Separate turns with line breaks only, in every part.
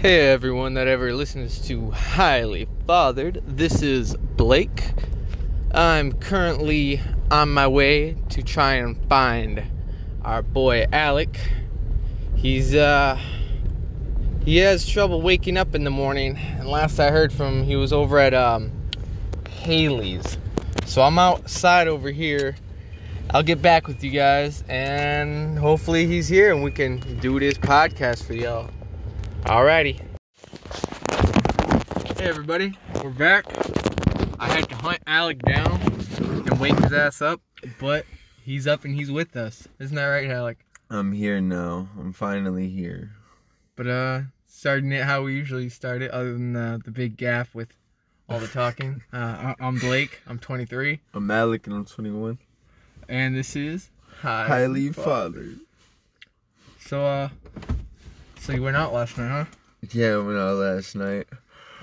Hey everyone that ever listens to Highly Fathered, this is Blake. I'm currently on my way to try and find our boy Alec. He's uh he has trouble waking up in the morning, and last I heard from he was over at um Haley's. So I'm outside over here. I'll get back with you guys and hopefully he's here and we can do this podcast for y'all. Alrighty. Hey everybody, we're back. I had to hunt Alec down and wake his ass up, but he's up and he's with us. Isn't that right, Alec?
I'm here now. I'm finally here.
But uh starting it how we usually start it, other than uh, the big gaff with all the talking. Uh, I- I'm Blake, I'm 23,
I'm Alec and I'm 21.
and this is Hi.
Highly fathered.
So uh so you went out last night,
Yeah, I went out last night.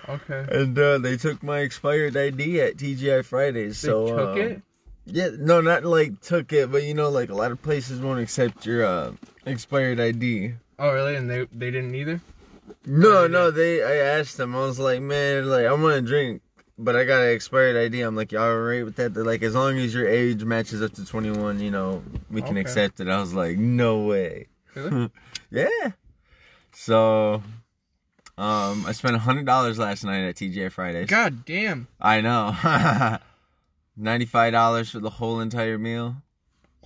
huh? Okay.
And uh, they took my expired ID at TGI Fridays. so,
they took
uh,
it?
Yeah, no, not like took it, but you know, like a lot of places won't accept your uh, expired ID.
Oh really? And they they didn't either?
No,
Yeah.
no, they. I asked them. I was like, man, like I want to drink, but I got an expired ID. I'm like, y'all alright with that? They're like, as long as your age matches up to 21, you know, we can
Okay.
accept it. I was like, no way.
Really?
yeah. So, um, I spent hundred dollars last night at TJ Fridays.
God damn.
I know. Ninety-five dollars for the whole entire meal,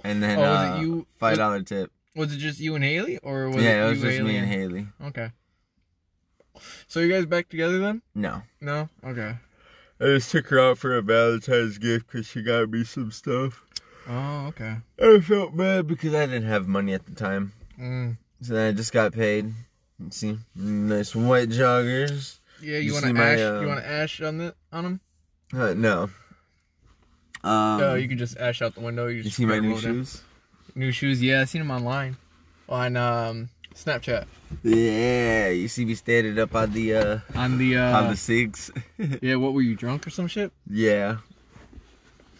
and then
Oh, was
uh,
it you
five dollar tip.
Was it just you and Haley, or was
yeah,
it,
it was
you,
just
Haley?
me and Haley.
Okay. So you guys back together then?
No.
No. Okay.
I just took her out for a Valentine's gift because she got me some stuff.
Oh, okay.
I felt bad because I didn't have money at the time.
Mm.
So then I just got paid. You see, nice white joggers.
Yeah,
You
you, want
see
to
my,
ash?
uh,
You want to ash on the on them?
Uh, no. Um,
no, Oh, you can just ash out the window. You,
you
just
see my
gotta
new
roll down.
shoes?
New shoes? Yeah, I seen them online, on um Snapchat
Yeah, you see me standing up on the uh,
on the uh
on the six.
yeah. What were you drunk or some shit?
yeah.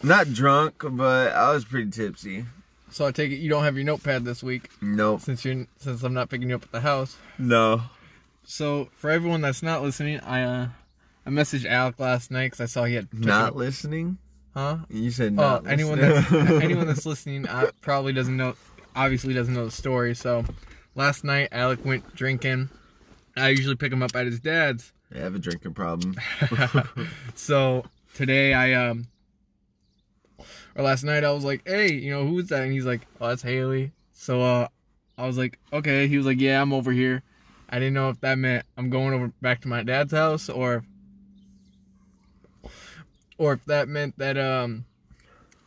Not drunk, but I was pretty tipsy.
So I take it you don't have your notepad this week
Nope.
since you're since I'm not picking you up at the house.
No.
So for everyone that's not listening, I uh I messaged Alec last night because I saw he had took
Not
a-
listening?
huh
You said
Well,
not.
Oh, anyone that's
listening.
anyone that's listening uh, probably doesn't know, obviously doesn't know the story. So, last night Alec went drinking. I usually pick him up at his dad's.
I have a drinking problem.
so today I um, or last night I was like, hey, you know who's that? And he's like, oh, that's Haley. So uh, I was like, okay. He was like, yeah, I'm over here. I didn't know if that meant I'm going over back to my dad's house or or if that meant that um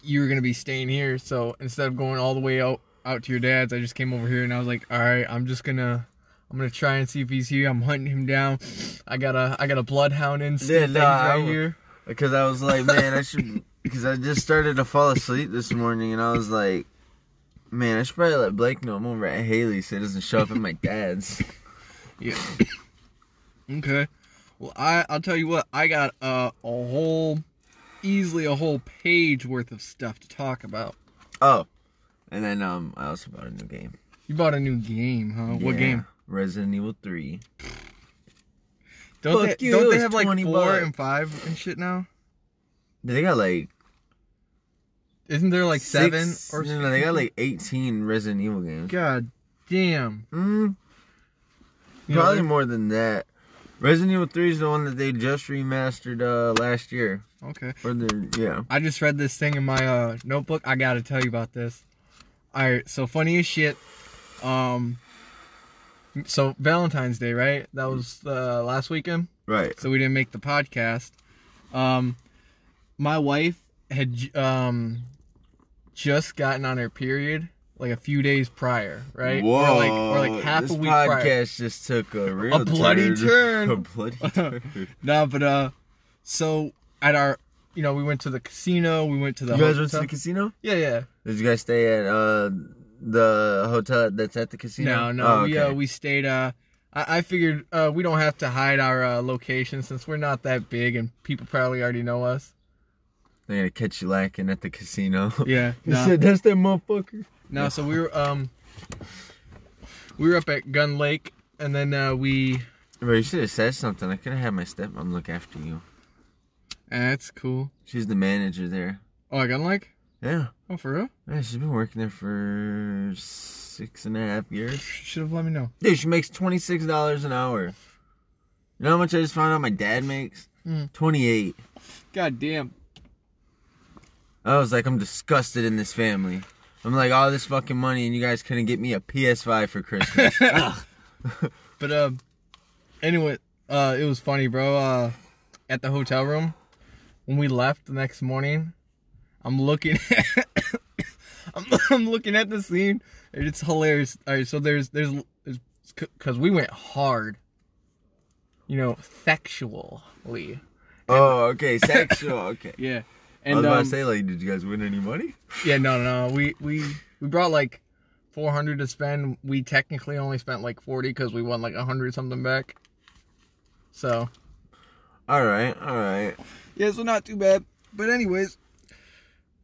you were gonna be staying here. So instead of going all the way out out to your dad's, I just came over here and I was like, all right, I'm just gonna I'm gonna try and see if he's here. I'm hunting him down. I got a I got a bloodhound
Yeah,
instinct
nah,
that he's
I
right
would-
here.
because I was like, man, I should. Because I just started to fall asleep this morning, and I was like, man, I should probably let Blake know I'm over at Haley so it doesn't show up at my dad's.
Yeah. okay. Well, I I'll tell you what. I got uh, a whole easily a whole page worth of stuff to talk about.
Oh, and then um, I also bought a new game.
You bought a new game, huh? What
Yeah,
game?
Resident Evil Three.
Don't
Fuck
they,
you, it
don't they
was
have like
20
four
bucks.
and five and shit now?
They got like
Isn't there like seven
six-
or
no, no, they got like 18 Resident Evil games.
God damn.
Mm,
You know,
probably more than that. Resident Evil Three is the one that they just remastered uh last year.
okay.
Or the yeah.
I just read this thing in my uh, notebook. I gotta tell you about this. All right, so funny as shit. Um, so Valentine's Day, right? That was uh, last weekend,
Right.
so we didn't make the podcast. Um, my wife had j- um just gotten on her period like a few days prior, right? Or like, or like half
this
a week
podcast
prior.
just took a real
bloody turn.
A bloody turn. you
No, but uh, so at our, you know, we went to the casino. We went to the.
guys went to
hotel.
the casino?
Yeah, yeah.
Did you guys stay at uh the hotel that's at the casino?
No, no.
Oh,
we
okay.
uh, we stayed. Uh, I, I figured uh, we don't have to hide our uh, location since we're not that big and people probably already know us.
They're gonna catch you lacking at the casino.
Yeah.
He
No,
said, "That's that motherfucker."
no. So we were um, we were up at Gun Lake, and then uh, we
Bro, you should have said something. I could have had my stepmom look after you.
That's cool.
She's the manager there.
Oh, I got like.
Yeah.
Oh, for real?
Yeah, she's been working there for six and a half years.
Should have let me know.
Dude, she makes twenty six dollars an hour. You know how much I just found out my dad makes?
Mm.
Twenty eight.
God damn.
I was like, I'm disgusted in this family. I'm like, all this fucking money, and you guys couldn't get me a PS5 for Christmas. Ugh.
But um, anyway, uh, it was funny, bro. Uh, at the hotel room, when we left the next morning, I'm looking, I'm, I'm looking at the scene. and It's hilarious. All right, so there's there's there's because we went hard, you know, sexually.
oh, okay, sexual. Okay.
Yeah,
I was
and
about
um,
to say, like, did you guys win any money?
yeah, no, no, no, we we we brought like 400 to spend. We technically only spent like 40 because we won like 100 something back. So.
All right, all right.
Yeah, so not too bad. But anyways,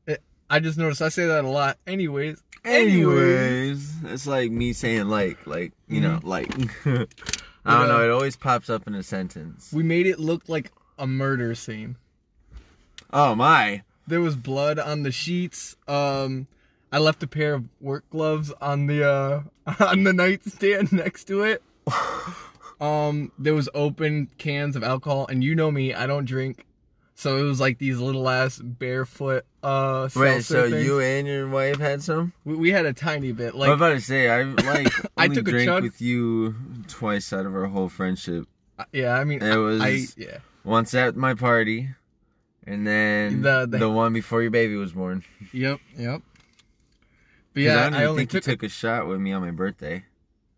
it, Eh, I just noticed I say that a lot. Anyways,
Anyways, it's like me saying like, like you know,
Mm-hmm.
like. I don't know. It always pops up in a sentence.
we made it look like a murder scene.
Oh my!
There was blood on the sheets. Um, I left a pair of work gloves on the uh on the nightstand next to it. Um, there was open cans of alcohol, and you know me, I don't drink. So it was like these little ass barefoot uh.
Wait,
seltzer
so
things.
you and your wife had some?
we, we had a tiny bit
I was
like
about to say I like
I
only
took a
drank
chug.
with you twice out of our whole friendship.
yeah. I mean,
It was
I yeah.
once at my party, and then
The-
the,
the-
one before your baby was born. 'Cause
Yep, yep. But
I,
yeah,
don't
I,
even
only
think
took.
you took a shot with me on my birthday.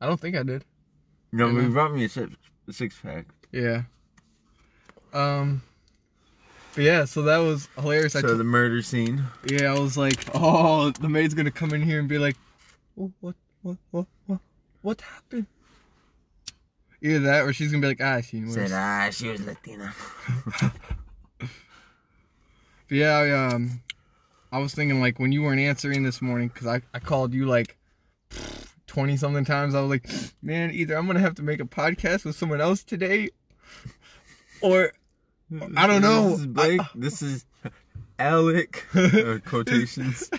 I don't think I did.
No,
Yeah.
you brought me a six, a six pack.
Yeah. Um. But yeah, so that was hilarious. I
So the murder scene.
t- yeah, I was like, oh, the maid's gonna come in here and be like, "Oh, what, what, what, what, what happened? Either that, or she's gonna be like, ah, she was.
Said ah, she was Latina.
But yeah, I, um, I was thinking like when you weren't answering this morning because I, I called you like twenty something times. I was like, man, either I'm gonna have to make a podcast with someone else today, or I don't know.
This is Blake. this is Alec. Uh, quotations.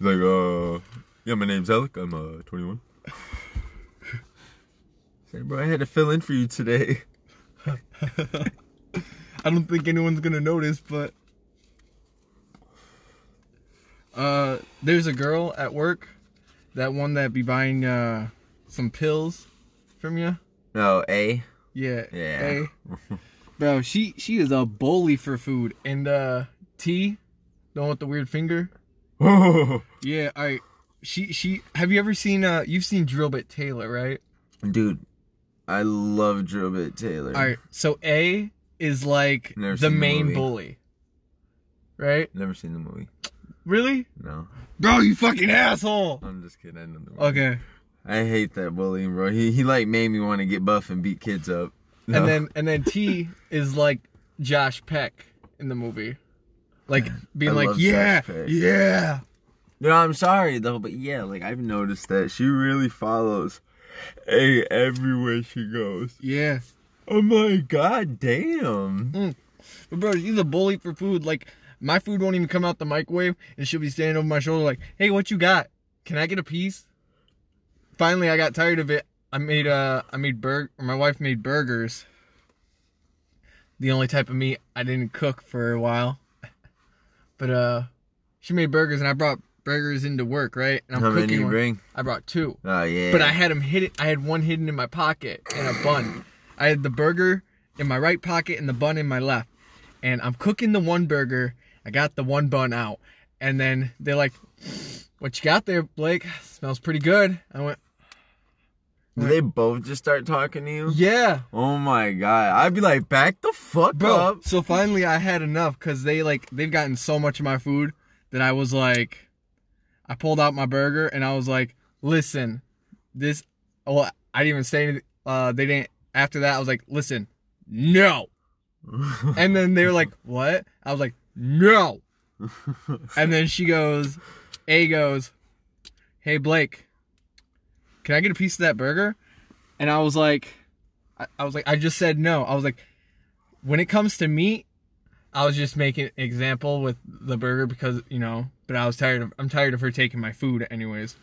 like, uh, yeah, my name's Alec. I'm uh 21. Say, bro, I had to fill in for you today.
I don't think anyone's gonna notice, but uh, there's a girl at work, that one that be buying uh some pills from you.
No, A.
Yeah.
Yeah.
eh? Bro, she she is a bully for food. And uh T, the one with the weird finger. Yeah, all right. She she have you ever seen uh you've seen Drillbit Taylor, right?
Dude, I love Drobit Taylor.
All right. So A is like
Never
the
seen the
main
movie.
bully. Right?
Never seen the movie.
Really?
No,
Bro, you fucking asshole.
I'm just kidding. I know the movie.
Okay.
I hate that bullying, bro. He he like made me want to get buff and beat kids up. No.
And then and then T is like Josh Peck in the movie. Like being
I
like,
love Josh
"Yeah.
Peck."
Yeah."
No, I'm sorry though, but yeah, like I've noticed that she really follows A everywhere she goes.
Yeah.
Oh my god, damn.
But bro, she's a bully for food. Like my food won't even come out the microwave, and she'll be standing over my shoulder like, "Hey, what you got? Can I get a piece?" Finally, I got tired of it. I made uh, I made burger. My wife made burgers. The only type of meat I didn't cook for a while, but uh, she made burgers, and I brought burgers into work, right? And I'm
How many
cooking
you
one.
bring?
I brought two.
Oh yeah.
But I had them hidden. I had one hidden in my pocket and a bun. I had the burger in my right pocket and the bun in my left. And I'm cooking the one burger. I got the one bun out. And then they're like, "What you got there, Blake? Smells pretty good." I went,
Did they both just start talking to you?
"Yeah,
Oh my god. I'd be like, back the fuck
bro."
up.
So finally, I had enough because they like they've gotten so much of my food that I was like, I pulled out my burger and I was like, "Listen, this." Well, I didn't even say anything. Uh, they didn't. After that, I was like, "Listen, no." And then they were like, "What?" I was like, "No." And then she goes, "A goes, hey Blake, can I get a piece of that burger?" and I was like, I, I was like, I just said no. I was like, when it comes to meat, I was just making example with the burger because you know, but I was tired of I'm tired of her taking my food anyways.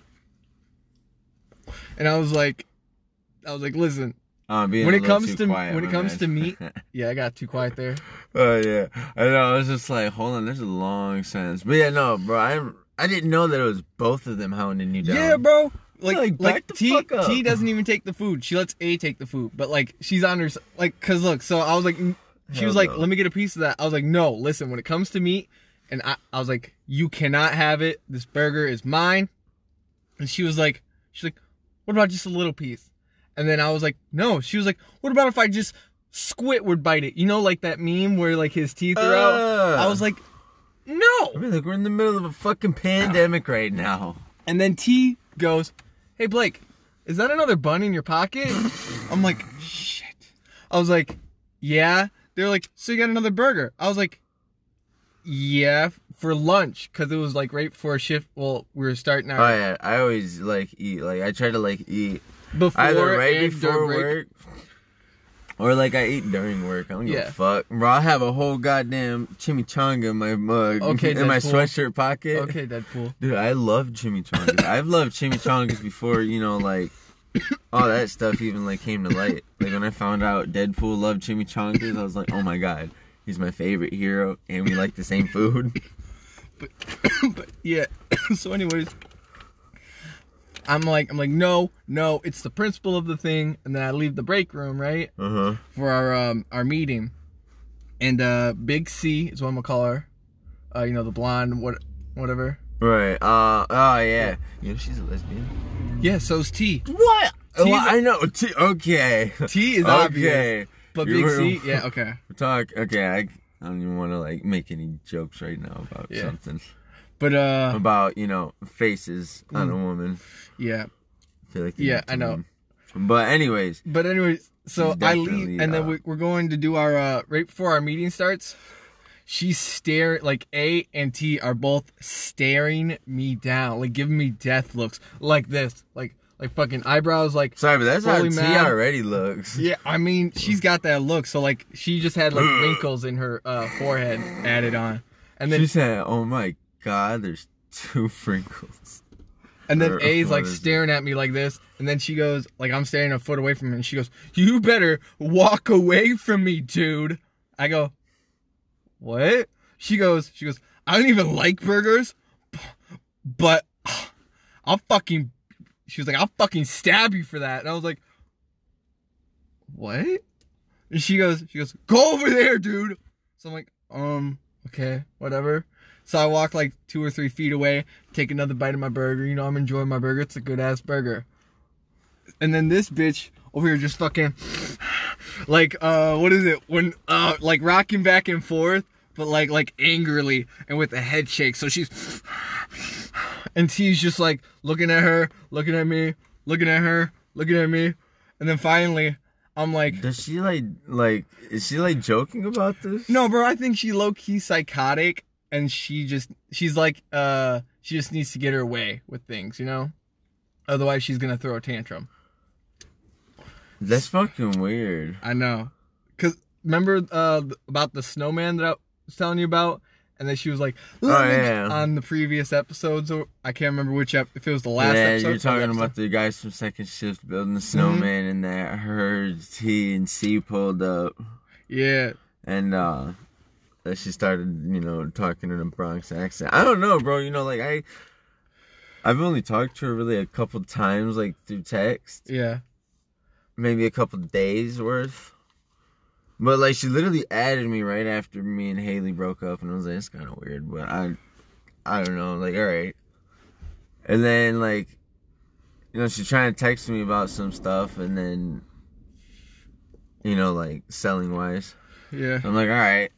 And I was like, I was like, listen,
Oh, I'm being
When
a
it
little
comes
too
to-
quiet,
when it
my
comes
bad.
to meat- yeah, I got too quiet there.
oh yeah, I know. I was just like, hold on, there's a long sentence, but yeah, no, bro. I I didn't know that it was both of them hounding you down.
Yeah, bro. Like,
like,
like,
back the
T
fuck up.
T doesn't even take the food. She lets A take the food, but like she's on her s- like cuz look, so I was like n- she
Hell
was like,
no.
"Let me get a piece of that." I was like, "No, listen, when it comes to meat and I I was like, "You cannot have it. This burger is mine." And she was like she's like, "What about just a little piece?" And then I was like, "No." She was like, "What about if I just Squidward bite it?" You know like that meme where like his teeth are out. I
Ugh.
was like, "No."
I mean, like we're in the middle of a fucking pandemic right now.
And then T goes, Hey Blake, is that another bun in your pocket? I'm like, shit. I was like, Yeah. They're like, So you got another burger? I was like, Yeah, for lunch. Cause it was like right before shift. Well, we were starting
Oh
our
yeah, I always like eat. Like I try to like eat
before
either right
and
before
during break.
work, or like I eat during work. I don't give
Yeah.
a fuck, bro. I have a whole goddamn chimichanga in my mug,
Okay,
in my
Deadpool.
sweatshirt pocket.
Okay, Deadpool.
Dude, I love chimichangas. I've loved chimichangas before, you know, like all that stuff even like came to light. Like when I found out Deadpool loved chimichangas, I was like, oh my god, he's my favorite hero, and we like the same food.
but yeah. so anyways. I'm like I'm like no no it's the principle of the thing and then I leave the break room right
Uh huh.
for our um, our meeting, and uh, Big C is what I'm gonna call her. Uh, you know the blonde, what, whatever.
Right. Uh. Oh yeah. You know she's a lesbian.
Yeah, so's T.
What? Oh,
T's-
I know. T- okay.
T is obvious,
okay.
but
You
Big
were-
C, yeah, okay.
Talk. Okay. I, I don't even want to like make any jokes right now about
Yeah.
something
But uh,
about you know faces on a woman.
yeah.
I feel like they
Mm. Yeah,
need to
I know.
learn. But anyways,
But anyways, so
She's
I
definitely,
leave, and
uh,
then we, we're going to do our uh, right before our meeting starts. She's stare like A and T are both staring me down, like giving me death looks, like this, like like fucking eyebrows, like
sorry, but that's how
Fully
T
mad.
already looks.
Yeah, I mean, she's got that look. So like, she just had like wrinkles in her uh, forehead added on, and
she
then
said, "Oh my God, there's two wrinkles."
and then
Or-
A's
what
like
is it?
staring at me like this, and then she goes like, I'm standing a foot away from her, and she goes, "You better walk away from me, dude." I go, "What?" She goes, "She goes, I don't even like burgers, b- but I'll fucking." She was like, "I'll fucking stab you for that," and I was like, "What?" And she goes, she goes, go over there, dude. So I'm like, um, okay, whatever. So I walk like two or three feet away, take another bite of my burger. You know, I'm enjoying my burger. It's a good ass burger. And then this bitch over here just fucking, like, uh, what is it? When, uh, like rocking back and forth, but like, like angrily and with a head shake. So she's, and T's just like looking at her, looking at me, looking at her, looking at me. And then finally, I'm like,
Does she like like? Is she like joking about this?
no, bro, I think she low key psychotic and she just she's like uh she just needs to get her way with things, you know? Otherwise she's gonna throw a tantrum.
that's fucking weird.
I know. Cause remember uh th- about the snowman that I was telling you about? And then she was like, "Let
Oh,
me-"
yeah.
on the previous episodes, or I can't remember which ep- if it was the last
yeah,
episode.
you're talking
episode. Mm-hmm.
about the guys from second shift building the snowman, and that her T and C pulled up,
Yeah,
and uh, that she started, you know, talking in a Bronx accent. I don't know, bro. You know, like I, I've only talked to her really a couple times, like through text.
yeah.
maybe a couple days worth. But like she literally added me right after me and Haley broke up, and I was like, it's kind of weird, but I, I don't know, like all right. And then like, you know, she trying to text me about some stuff, and then, you know, like selling wise,
Yeah.
I'm like all right.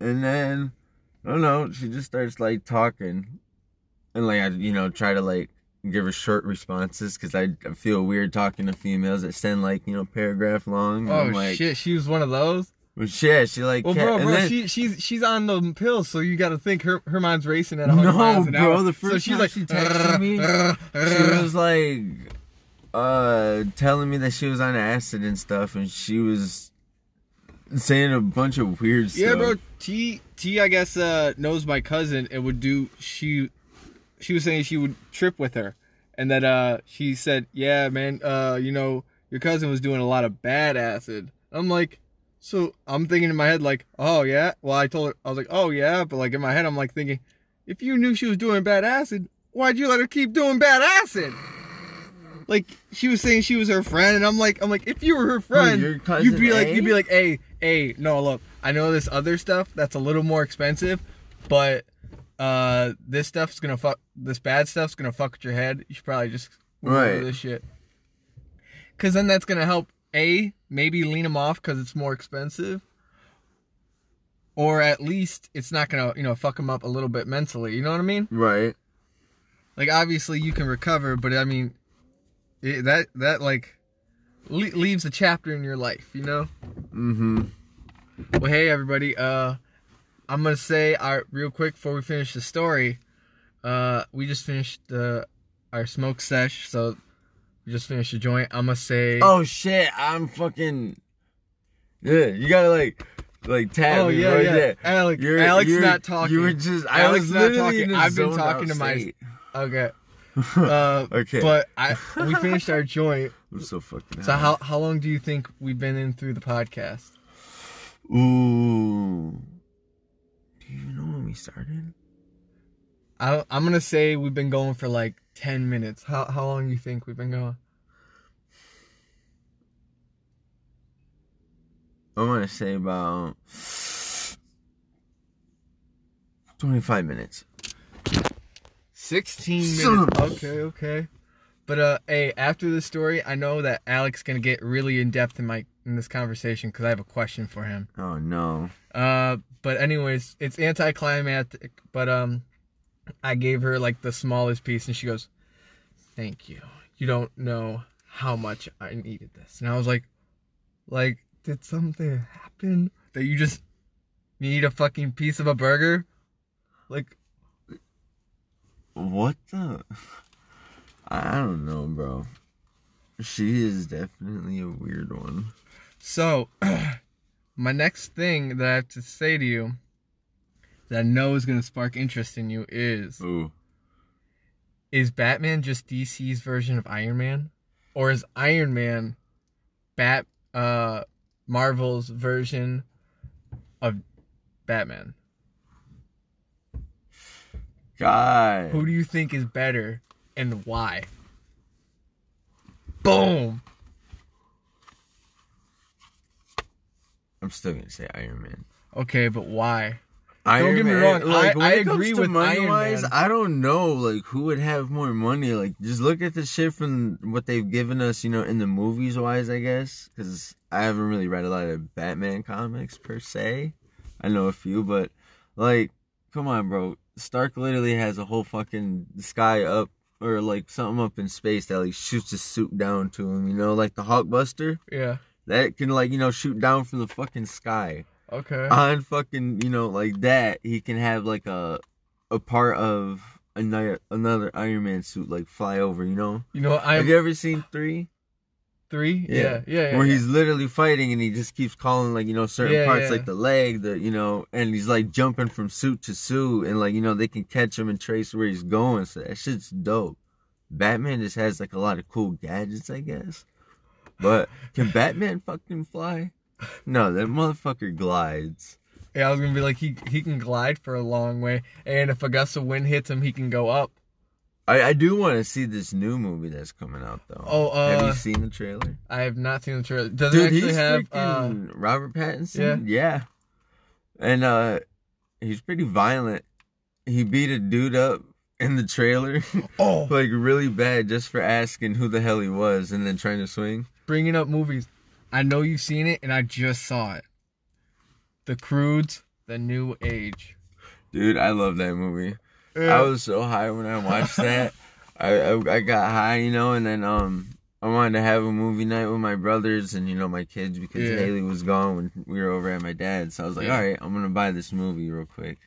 And then, I don't know, she just starts like talking, and like I, you know, try to like give her short responses because I I feel weird talking to females that send like you know paragraph long.
Oh
I'm like,
shit, she was one of those.
Well, shit, she like.
Well,
kept-
bro,
and
bro,
then-
she she's she's on the pills, so you got to think her her mind's racing at 100
No,
miles an
bro,
hour.
the
so
first
she's
time
like,
she texted me, she was like, uh telling me that she was on acid and stuff and she was saying a bunch of weird stuff.
Yeah, bro. T T I guess uh knows my cousin and would do she she was saying she would trip with her and that uh she said, "Yeah, man, uh you know, your cousin was doing a lot of bad acid." I'm like so I'm thinking in my head like, "Oh yeah." Well, I told her I was like, "Oh yeah," but like in my head I'm like thinking, "If you knew she was doing bad acid, why'd you let her keep doing bad acid?" Like she was saying she was her friend, and I'm like, I'm like, if you were her friend,
your cousin
you'd be like,
A?
you'd be like, hey, hey, no, look, I know this other stuff that's a little more expensive, but uh, this stuff's gonna fuck, this bad stuff's gonna fuck with your head. You should probably just remove
Right.
this shit, cause then that's gonna help a maybe lean them off because it's more expensive, or at least it's not gonna you know fuck them up a little bit mentally. You know what I mean?
Right.
like obviously you can recover but i mean it, that that like le- leaves a chapter in your life you know
Mm-hmm.
well hey everybody uh i'm gonna say our real quick before we finish the story uh we just finished uh, our smoke sesh so we just finished the joint i'm gonna say
Oh shit, I'm fucking Yeah, you gotta like like tap
Oh,
me
yeah,
right
yeah.
there.
Alex, Alex not talking.
You were just I
Alex
was
not
literally
talking.
in a
I've been
zoned
talking
out
to my-
state.
okay uh
Okay.
but i we finished our joint
I'm so fucking
so
high.
how how long do you think we've been in through the podcast
Ooh. Do you even know when we started?
I, I'm gonna say we've been going for like ten minutes. How how long you think we've been going?
I wanna say about twenty five minutes.
Sixteen
Son
minutes.
of a-
Okay, okay. But uh, hey, after this story, I know that Alex gonna get really in depth in my in this conversation because I have a question for him.
Oh no.
Uh, but anyways, it's anticlimactic. But um, I gave her like the smallest piece, and she goes, "Thank you. You don't know how much I needed this." And I was like, "Like, did something happen that you just need a fucking piece of a burger?" Like,
What the? I don't know, bro. She is definitely a weird one.
so my next thing that I have to say to you that I know is gonna spark interest in you is.
Ooh.
is Batman just DC's version of Iron Man, or is Iron Man Bat uh Marvel's version of Batman?
God.
Who do you think is better and why? Boom.
I'm still gonna say Iron Man.
Okay, but why?
Iron
get me wrong, I-
when
I
it comes
agree
to
with Iron
money-wise,
Man.
I don't know like who would have more money. Like just look at the shit from what they've given us, you know, in the movies wise, I guess, because I haven't really read a lot of Batman comics per se. I know a few, but like, come on, bro. Stark literally has a whole fucking sky up or like something up in space that like shoots his suit down to him. You know, like the Hulkbuster
Yeah.
that can like you know shoot down from the fucking sky
Okay.
on fucking you know like that he can have like a a part of another another Iron Man suit like fly over you know
You know what? I'm
have you ever seen three
three. Yeah.
Yeah.
Yeah. yeah,
where
yeah.
he's literally fighting and he just keeps calling like you know certain
Yeah,
parts
yeah.
like the leg the you know and he's like jumping from suit to suit and like you know they can catch him and trace where he's going so that shit's dope Batman just has like a lot of cool gadgets I guess but can Batman fucking fly no that motherfucker glides
Yeah, I was gonna be like he he can glide for a long way, and if a gust of wind hits him, he can go up.
I, I do want to see this new movie that's coming out though.
Oh, uh,
have you seen the trailer?
I have not seen the trailer. Does it
Dude,
actually
he's
have? Uh,
freaking Robert Pattinson. Yeah. and uh, he's pretty violent. He beat a dude up in the trailer,
oh,
like really bad, just for asking who the hell he was, and then trying to swing.
bringing up movies. I know you've seen it, and I just saw it. The Crudes, The New Age.
Dude, I love that movie. I was so high when I watched that. I, I I got high, you know, and then um I wanted to have a movie night with my brothers and you know my kids because
Yeah.
Haley was gone when we were over at my dad's. So I was like,
Yeah.
all right, I'm gonna buy this movie real quick.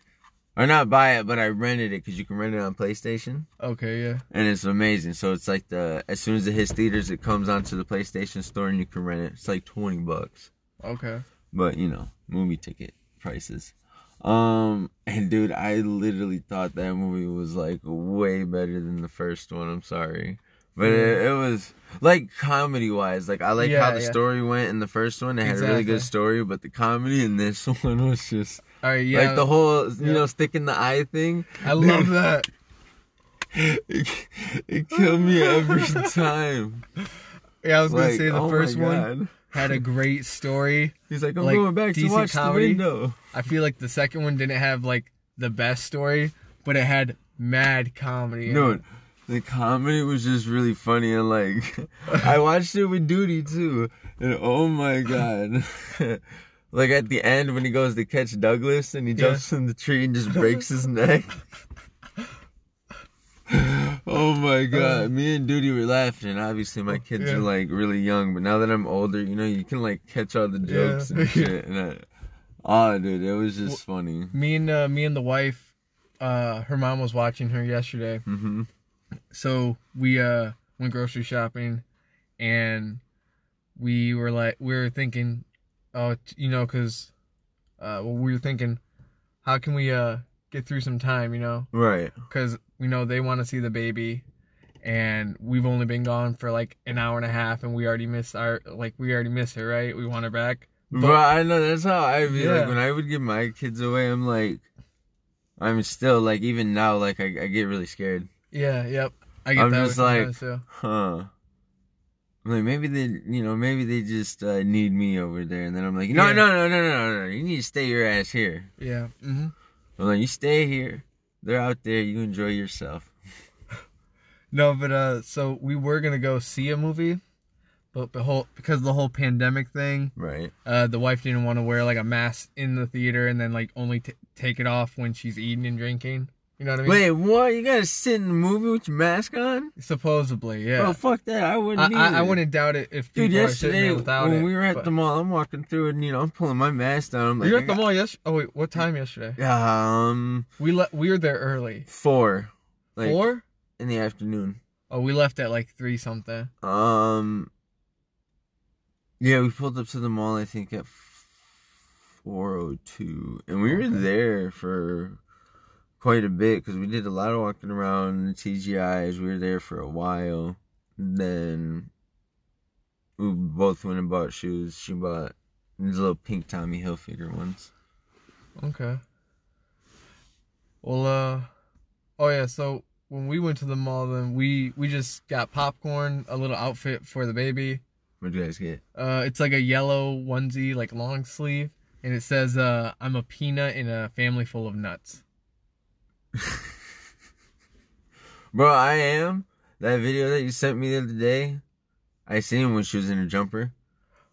or not buy it, but I rented it because you can rent it on PlayStation,
Okay, yeah.
and it's amazing. So it's like the as soon as it hits theaters, it comes onto the PlayStation store and you can rent it. It's like twenty bucks,
Okay.
but you know, movie ticket prices. Um, and dude, I literally thought that movie was like way better than the first one. I'm sorry. But it, it was like comedy wise, like I like
Yeah,
how the
yeah.
story went in the first one. It had a really
Exactly.
good story, but the comedy in this one was just
All right, yeah.
like the whole, you
Yeah.
know, stick in the eye thing.
I love that.
It, it killed me every time.
Yeah, I was gonna
Like,
say the
oh my
first one
God.
had a great story.
He's like, I'm
like,
going back to
decent
watch
comedy.
the window.
I feel like the second one didn't have like the best story, but it had mad comedy. in it.
Dude, the comedy was just really funny and like I watched it with Duty too, and oh my god. Like at the end when he goes to catch Douglas and he jumps in the tree and just breaks his neck. oh my god. Me and Duty were laughing. Obviously my kids
Uh. Yeah.
are like really young, but now that I'm older, you know, you can like catch all the jokes
Yeah.
and shit. And I, oh dude, it was just funny.
me and uh, me and the wife, uh, her mom was watching her yesterday.
hmm
so we uh went grocery shopping and we were like we were thinking oh t- you know because uh well, we were thinking how can we uh get through some time you know
Right.
because we know they want to see the baby and we've only been gone for like an hour and a half and we already missed our like we already missed her right we want her back
But,
But-
I know that's how I feel.
Yeah.
Like when I would give my kids away, I'm like, I'm still like even now, like I, I get really scared.
yeah yep i get
I'm
that
just
way
like-
sometimes, too.
Huh. I'm like maybe they, you know, maybe they just uh, need me over there, and then I'm like, no,
Yeah.
no, no, no, no, no, no, you need to stay your ass here.
yeah hmm
I'm like, you stay here. They're out there. You enjoy yourself.
No, but uh, so we were gonna go see a movie, but the whole because of the whole pandemic thing,
Right.
uh, the wife didn't want to wear like a mask in the theater and then like only t- take it off when she's eating and drinking. You know what I mean?
Wait, what? You gotta sit in the movie with your mask on?
Supposedly,
Bro,
yeah.
fuck that. I
I,
wouldn't.
I, I
either.
wouldn't doubt it if people
Dude,
are sitting
yesterday
there without
when
it.
we were at
but-
the mall, I'm walking through and you know I'm pulling my mask down. I'm like,
you were
I
at the mall yesterday. Oh wait, what time yesterday?
Um,
We le- we were there early.
four, like
Four?
in the afternoon.
Oh, we left at like three something.
Um, yeah, we pulled up to the mall. I think at four o two, and we
Okay.
were there for quite a bit because we did a lot of walking around the TGI's. We were there for a while. Then we both went and bought shoes. She bought these little pink Tommy Hilfiger ones.
Okay. Well, uh, oh yeah. So when we went to the mall, then we we just got popcorn, a little outfit for the baby.
What would you guys get?
Uh, it's like a yellow onesie, like long sleeve, and it says, uh, "I'm a peanut in a family full of nuts."
Bro, I am. That video that you sent me the other day, I seen when she was in a jumper.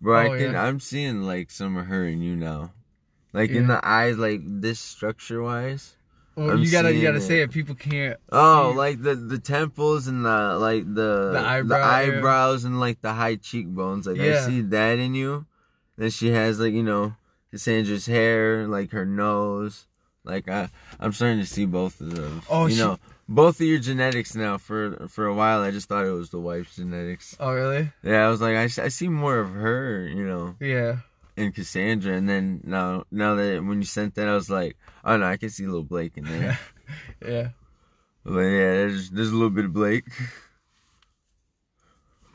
Bro,
Oh,
I can
yeah.
I'm seeing like some of her and you now. Like in
Yeah.
the eyes, like this structure wise.
Well,
I'm
you gotta you
seeing
gotta say
it.
it. People can't.
Oh,
see-
like the the temples and the like the
The eyebrow, yeah.
eyebrows and like the high cheekbones. Like
Yeah.
I see that in you. Then she has like you know Cassandra's hair, like her nose. Like I, I'm starting to see both of them.
Oh,
you
she-
know both of your genetics now. For for a while, I just thought it was the wife's genetics.
Oh really?
Yeah, I was like, I, s- I see more of her, you know,
Yeah.
in Cassandra. And then now now that when you sent that, I was like, oh no, I can see little Blake in there.
Yeah.
But yeah, there's there's a little bit of Blake.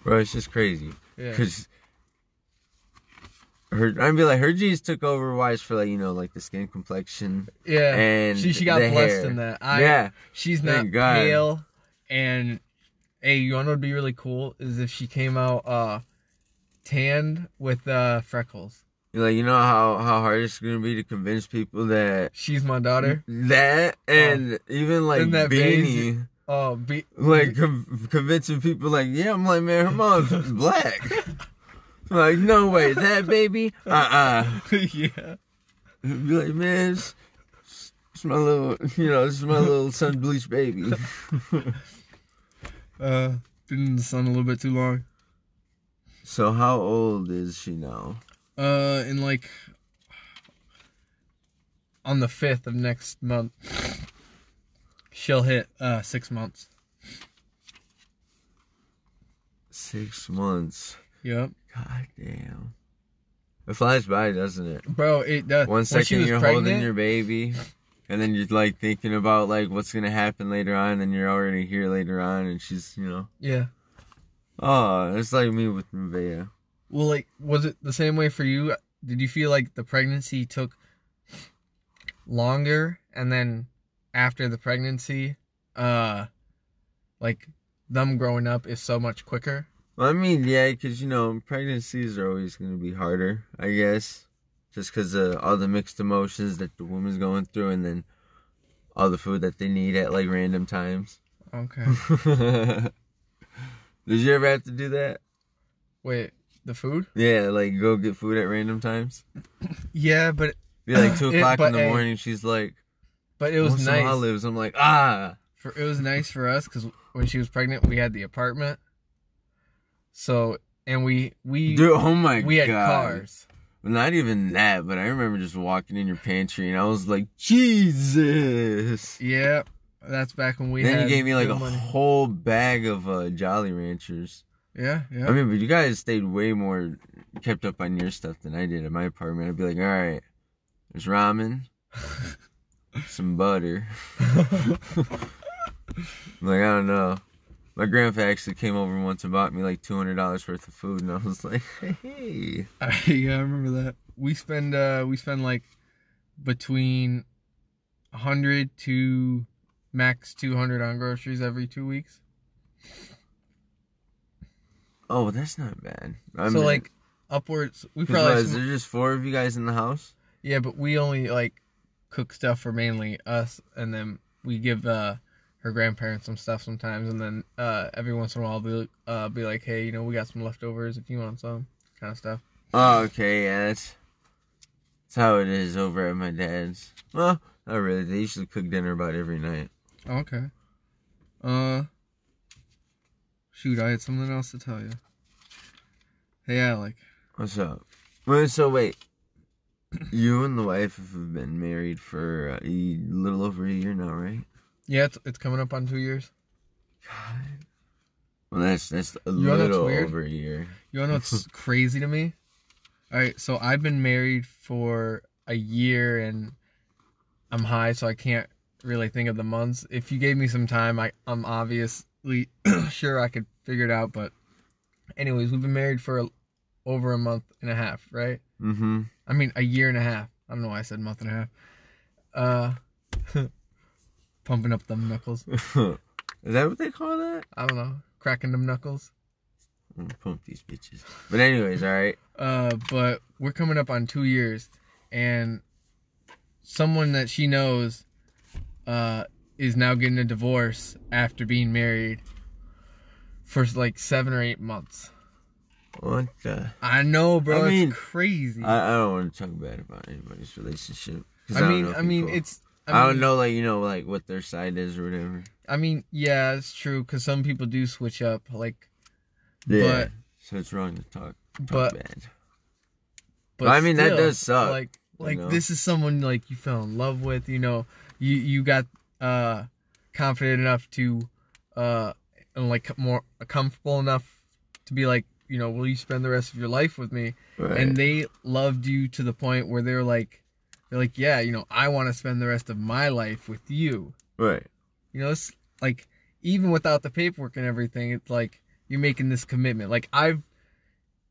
Bro, it's just crazy.
Yeah.
Cause her, I'd be like, her G's took over wise for like you know like the skin complexion.
Yeah.
and
she she got
the
blessed
hair.
in that. I,
yeah,
She's
Thank
not
God.
pale. And hey, you wanna know what'd be really cool is if she came out uh tanned with uh freckles.
You're like you know how how hard it's gonna be to convince people that
She's my daughter.
that and even like
and that
Beanie,
Beanie's- Oh be
like com- convincing people like yeah, I'm like man, her mom's black. like no way, that baby, uh uh
yeah.
be like man. It's, it's my little, you know, this is my little sun bleached baby.
Uh been in the sun a little bit too long.
So how old is she now?
Uh in like on the fifth of next month, she'll hit uh six months.
Six months.
Yep,
God damn. It flies by, doesn't it?
bro. It does.
One
when she
second
was
you're holding
pregnant-
your baby, and then you're like thinking about like what's gonna happen later on, and you're already here later on, and she's you know,
Yeah.
oh, it's like me with Nevaeh.
Well, like, was it the same way for you? Did you feel like the pregnancy took longer, and then after the pregnancy, uh, like them growing up is so much quicker?
Well, I mean, yeah, because you know, pregnancies are always gonna be harder, I guess, just because of all the mixed emotions that the woman's going through, and then all the food that they need at like random times.
Okay.
Did you ever have to do that?
Wait, the food?
Yeah, like go get food at random times.
Yeah, but
Be like two
It-
o'clock in
but,
the
hey,
morning. She's like,
but it was
"Want some
nice.
olives. I'm like, ah,
for it was nice for us because when she was pregnant, we had the apartment. So and we we
dude. Oh my
we had
god.
cars.
Not even that, but I remember just walking in your pantry and I was like, Jesus.
Yeah, that's back when we.
then
had
you gave me like
good
a
money.
whole bag of uh, Jolly Ranchers.
Yeah, yeah.
I mean, but you guys stayed way more kept up on your stuff than I did at my apartment. I'd be like, all right, there's ramen, some butter. Like, I don't know. My grandpa actually came over once and bought me like $200 worth of food, and I was like, hey.
yeah, I remember that. We spend uh we spend like between hundred to max two hundred on groceries every two weeks.
Oh, that's not bad. I
so
mean,
like upwards we
'cause what,
probably
is there just four of you guys in the house?
Yeah, but we only like cook stuff for mainly us, and then we give uh, her grandparents some stuff sometimes, and then uh, every once in a while we'll uh, be like, hey, you know, we got some leftovers if you want some kind of stuff.
Oh, okay, yeah, that's, that's how it is over at my dad's. Well, not really. They usually cook dinner about every night.
Oh, Okay. Uh. Shoot, I had something else to tell you. Hey, Alec.
What's up? Wait, so wait. You and the wife have been married for uh, a little over a year now, right?
Yeah, it's, it's coming up on two years.
God. Well, that's that's a
You know that's
little
weird?
over a year.
You wanna know what's crazy to me? All right, so I've been married for a year and I'm high, so I can't really think of the months. If you gave me some time, I, I'm obviously sure I could figure it out. But, anyways, we've been married for a, over a month and a half, right?
Mm-hmm.
I mean, a year and a half. I don't know why I said month and a half. Uh, pumping up them knuckles.
Is that what they call that?
I don't know, cracking them knuckles.
I'm gonna pump these bitches. But anyways, all right.
uh, but we're coming up on two years, and someone that she knows uh, is now getting a divorce after being married for like seven or eight months.
What the?
I know, bro.
I mean,
it's crazy. I,
I, I don't want to talk bad about anybody's relationship. 'cause don't
mean,
know
I mean,
people.
it's.
I, don't know, like you know, like what their side is or whatever.
I mean, yeah, it's true because some people do switch up. Like,
Yeah. so it's wrong to talk, talk
but
bad.
but
I mean, that
still,
does suck,
Like,
you
like
know?
this is someone like you fell in love with. You know, you you got uh confident enough to uh and like more uh, comfortable enough to be like, you know, will you spend the rest of your life with me?
Right.
And they loved you to the point where they're like, they're like, yeah, you know, I want to spend the rest of my life with you.
right.
You know, it's like even without the paperwork and everything, it's like you're making this commitment. Like I've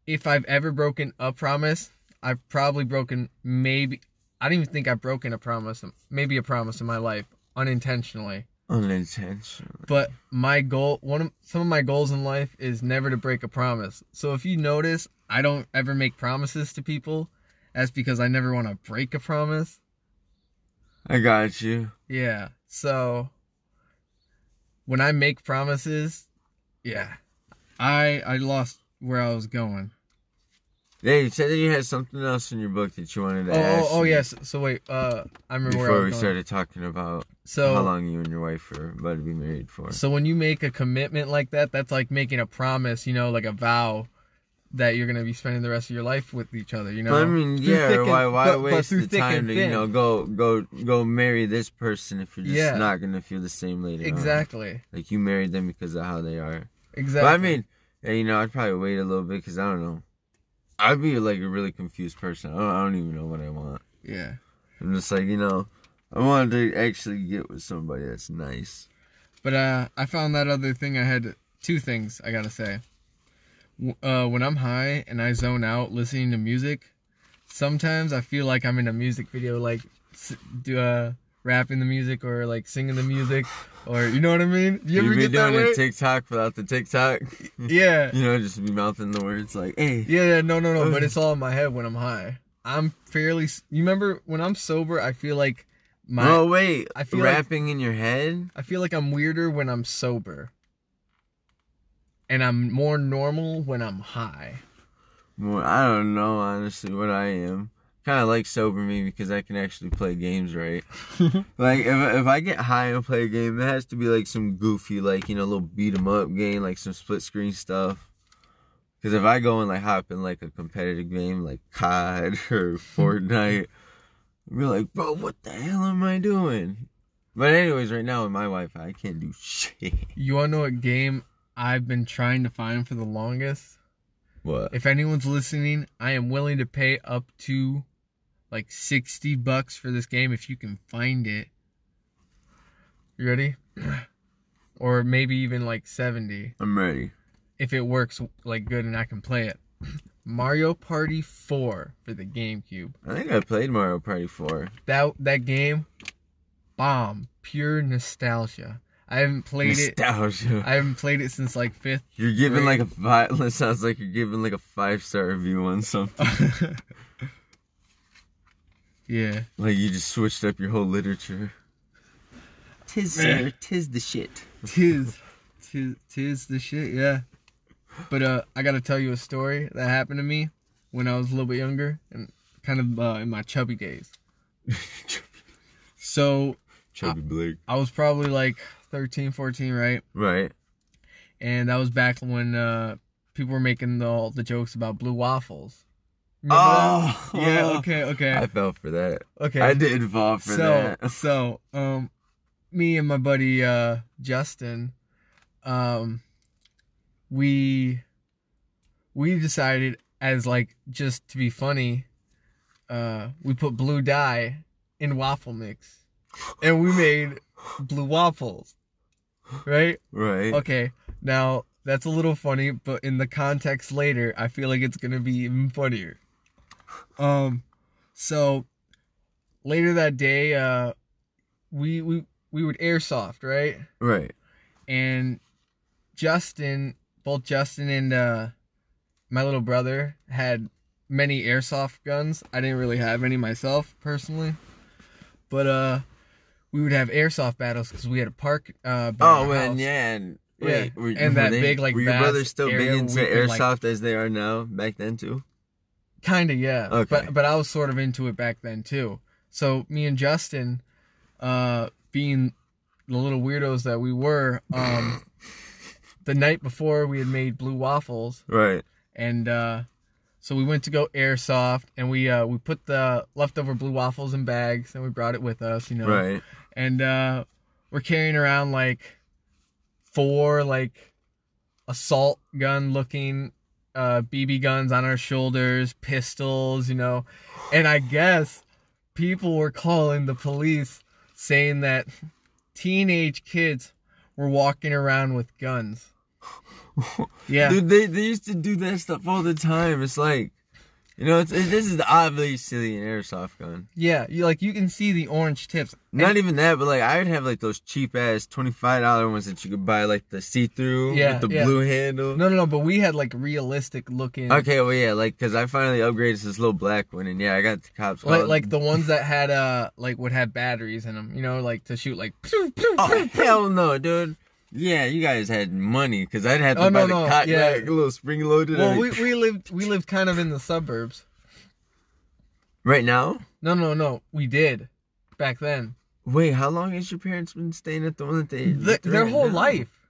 if I've ever broken a promise, I've probably broken maybe I don't even think I've broken a promise, maybe a promise in my life unintentionally.
Unintentional.
But my goal, one of some of my goals in life is never to break a promise. So if you notice, I don't ever make promises to people. That's because I never want to break a promise.
I got you.
Yeah. So when I make promises, yeah. I I lost where I was going.
Yeah, you said that you had something else in your book that you wanted to
Oh,
ask.
oh, oh
me
yes. So wait, uh I remember where I was
Before we
going.
started talking about how
So
long you and your wife are about to be married for.
so when you make a commitment like that, that's like making a promise, you know, like a vow that you're gonna be spending the rest of your life with each other. You know,
I mean,
Through
yeah.
thick and-
why why
but- but
waste
through
the
thick
time
and
to you
thin.
know go go go marry this person if you're just
Yeah.
not gonna feel the same later? on?
Exactly.
Like you married them because of how they are.
Exactly.
But I mean, yeah, you know, I'd probably wait a little bit because I don't know. I'd be like a really confused person. I don't, I don't even know what I want.
yeah.
I'm just like you know, I wanted to actually get with somebody that's nice.
But uh, I found that other thing. I had two things I gotta say. W- Uh, when I'm high and I zone out listening to music, sometimes I feel like I'm in a music video, like s- do uh, rapping the music or like singing the music, or you know what I mean. You ever
You'd be
get that
doing
way?
a TikTok without the TikTok.
yeah,
You know, just be mouthing the words like, "Hey,
yeah, yeah. No, no, no. But it's all in my head when I'm high. I'm fairly. s- You remember when I'm sober? I feel like my.
oh wait,
I feel like-
rapping in your head."
I feel like I'm weirder when I'm sober. And I'm more normal when I'm high.
Well, I don't know honestly what I am. Kind of like sober me because I can actually play games right. like if if I get high and play a game, it has to be like some goofy, like you know, little beat 'em up game, like some split screen stuff. Because if I go and like hop in like a competitive game like COD or Fortnite, I'll be like, bro, what the hell am I doing? But anyways, right now with my Wi-Fi, I can't do shit.
You wanna know what game I've been trying to find for the longest?
What?
If anyone's listening, I am willing to pay up to like 60 bucks for this game if you can find it. You ready? or maybe even like 70
I'm ready.
if it works like good and I can play it. Mario Party 4 for the GameCube.
I think I played Mario Party 4.
that that game bomb pure nostalgia i haven't played it
Nostalgia.
i haven't played it since like fifth
You're giving
Right.
like a five. It sounds like you're giving like a five star review on something.
yeah
like you just switched up your whole literature. Tis
sir,
tis the shit.
tis tis tis the shit yeah but uh i gotta tell you a story that happened to me when i was a little bit younger and kind of uh, in my chubby days so
Chubby Blake.
i was probably like 13 14 right
Right.
and that was back when uh people were making the, all the jokes about blue waffles Remember that?
Oh
yeah okay okay
I fell for that.
Okay.
I did fall for
so
that.
so um me and my buddy uh Justin um we we decided as like just to be funny uh we put blue dye in waffle mix and we made blue waffles. Right?
Right.
Okay. Now that's a little funny, but in the context later, I feel like it's gonna be even funnier. Um, so later that day, uh, we we we would airsoft right,
Right.
and Justin, both Justin and uh, my little brother had many airsoft guns. I didn't really have any myself personally, but uh, we would have airsoft battles because we had a park. Uh, by
Oh
our
man,
house.
yeah. And,
Yeah,
Wait, were-
and
were
that
they-
big, like,
were your
vast
brothers still big
area we
into
could,
airsoft
like-
as they are now back then too?
Kind of, yeah.
Okay.
But but I was sort of into it back then too. So me and Justin, uh, being the little weirdos that we were, um, the night before we had made blue waffles,
Right.
and uh, so we went to go airsoft, and we uh, we put the leftover blue waffles in bags, and we brought it with us, you know,
Right.
and uh, we're carrying around like four like assault gun looking uh, BB guns on our shoulders, pistols, you know, and I guess people were calling the police saying that teenage kids were walking around with guns. Yeah.
Dude, they, they used to do that stuff all the time. It's like, you know, it's, it, this is obviously an airsoft gun.
Yeah, you like you can see the orange tips.
Not even that, but like I would have like those cheap ass twenty five dollar ones that you could buy like the see through
Yeah,
with the
yeah.
blue handle.
No, no, no, but we had like realistic looking
Okay, well yeah, like because I finally upgraded to this little black one, and yeah, I got the cops.
like
calling.
like the ones that had uh like would have batteries in them, you know, like to shoot like pew, pew,
oh
pew, pew.
hell no, dude. Yeah, you guys had money because I'd have to
Oh, no,
buy the
no,
cotton,
yeah.
like, a little spring loaded.
Well, we, we lived we lived kind of in the suburbs.
Right now,
No, no, no, we did back then.
wait, how long has your parents been staying at the one that they
Th-
they're
their
at
whole
now?
life.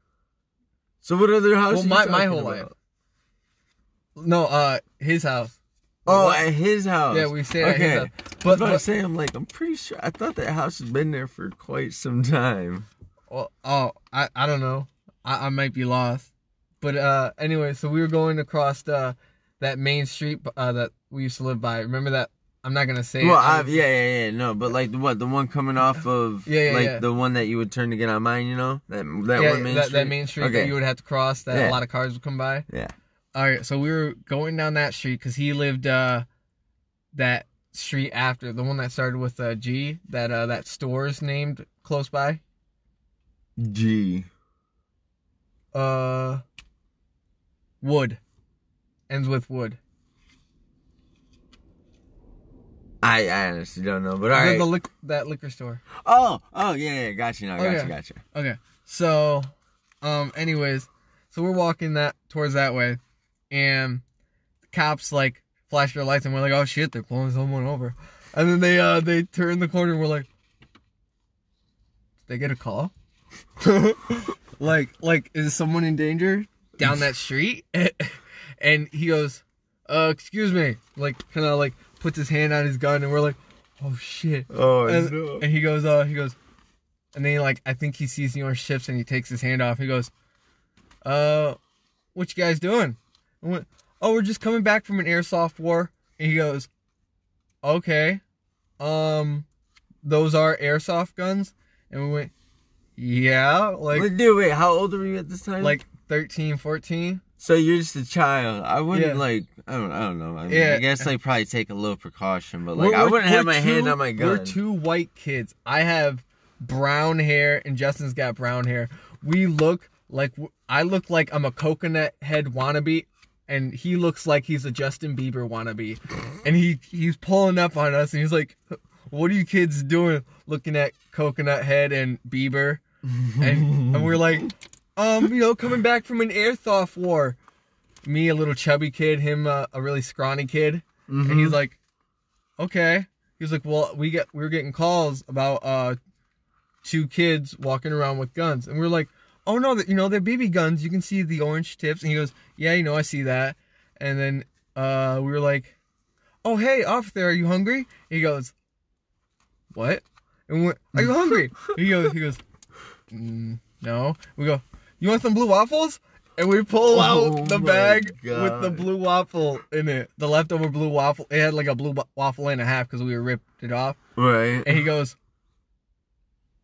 So what other house?
Well,
are you
my- my
talking
whole
about?
life. No, uh, his house.
Oh,
What?
at his house.
Yeah, we stayed at
Okay.
his house.
But,
But,
but I'm
but
saying, I'm like, I'm pretty sure. I thought that house has been there for quite some time.
oh, oh, I, I don't know. I, I might be lost. But uh, anyway, so we were going across uh, that main street uh, that we used to live by. Remember that? I'm not gonna say. it.
Well, I, yeah, yeah, yeah, no, but like the what the one coming off of,
Yeah, yeah,
like
yeah.
the one that you would turn to get on mine, you know, that that
yeah,
one main
that,
street.
that main street
Okay.
that you would have to cross that
Yeah.
a lot of cars would come by.
Yeah.
All right, so we were going down that street because he lived uh, that street after the one that started with uh, G. That uh, that store's named close by.
G.
Uh, Wood ends with Wood.
I I honestly don't know, but
The-
all right.
the, lic- that liquor store.
oh, oh yeah, yeah, gotcha now,
Oh,
gotcha,
yeah.
gotcha.
Okay, so um, anyways, so we're walking that towards that way, and the cops like flash their lights, and we're like, oh shit, they're pulling someone over, and then they uh they turn the corner, and we're like, did they get a call? like like is someone in danger down that street? and he goes, uh, excuse me, like kind of like puts his hand on his gun, and we're like, oh shit,
Oh
and,
no.
and he goes, uh, he goes, and then he, like I think he sees your ships and he takes his hand off. He goes, uh, what you guys doing? I went, oh, we're just coming back from an airsoft war. And he goes, okay, um, those are airsoft guns. And we went, yeah, like
Wait, dude, wait, how old were you at this time?
like 13, 14.
so you're just a child. I wouldn't
Yeah.
like, I don't, I don't know. I, mean, I
Yeah.
guess like probably take a little precaution, but
We're-
like I
we're-
wouldn't have
we're
my hand
two-
on my
We're
gun.
two white kids. I have brown hair, and Justin's got brown hair. We look like I look like I'm a coconut head wannabe, and he looks like he's a Justin Bieber wannabe. And he he's pulling up on us, and he's like, "What are you kids doing? Looking at coconut head and Bieber?" And, and we're like, um, you know, coming back from an airsoft war. Me, a little chubby kid, him, uh, a really scrawny kid
Mm-hmm.
and he's like, okay. He was like, well, we get we were getting calls about uh two kids walking around with guns, and we are like, oh no, that you know they're BB guns. You can see the orange tips, and he goes, yeah, you know I see that. And then uh we were like, oh hey officer, are you hungry? He goes, what? And we went, are you hungry? he goes, he goes, mm, no. We go, you want some blue waffles? And we pull out
Oh
the
my
bag with the
God.
blue blue waffle in it. The leftover blue waffle. It had like a blue wa- waffle and a half because we ripped it off.
right.
And he goes,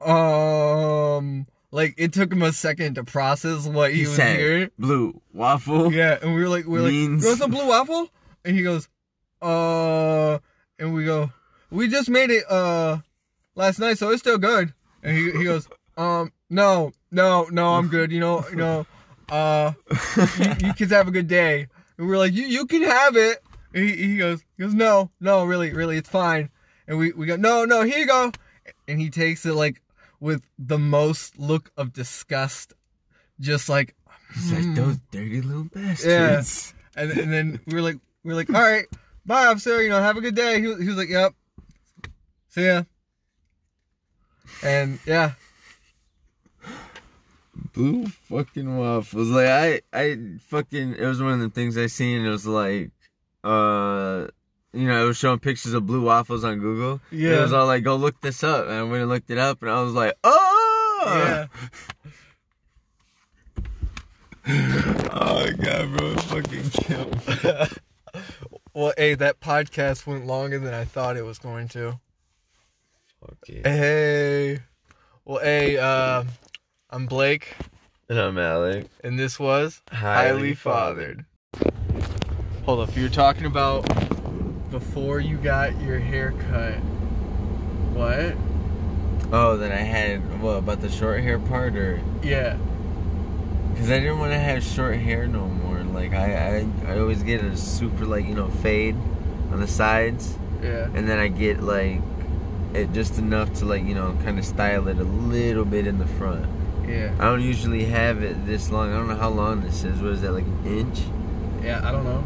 um, like it took him a second to process what he,
He
was
said,
hearing.
blue waffle.
Yeah, and we were like, we were like,
Means-
you want some blue waffle? And he goes, uh, and we go, we just made it uh last night, so it's still good. And he he goes, um, no, no, no, I'm good. You know, you know, uh you, you kids have a good day. And we're like, you, you can have it. And he, he goes, he goes, no, no, really, really, it's fine. And we, we go, no, no, here you go. And he takes it like with the most look of disgust, just like,
He's like
"Hmm."
those dirty little bastards.
and, and then we were like, we were like, all right, bye, officer. You know, have a good day. He, was- he was like, yep, see ya. And yeah,
Blue fucking waffles. Like I, I fucking. It was one of the things I seen. and It was like, uh, you know, it was showing pictures of blue waffles on Google. And It
Yeah.
was all like, go look this up, and I went and looked it up, and I was like, oh.
yeah,
Oh god, bro, it fucking killed.
well, hey, that podcast went longer than I thought it was going to.
Okay.
Hey, well, hey, um, I'm Blake,
And I'm Alec.
and this was
Highly Fathered.
Hold up, you were talking about before you got your haircut. What?
Oh, that I had what about the short hair part, or
Yeah.
because I didn't want to have short hair no more. Like I, I, I always get a super like you know fade on the sides.
Yeah.
and then I get like it just enough to like you know kind of style it a little bit in the front.
Yeah.
I don't usually have it this long. I don't know how long this is. What is that like an inch?
Yeah. I don't know.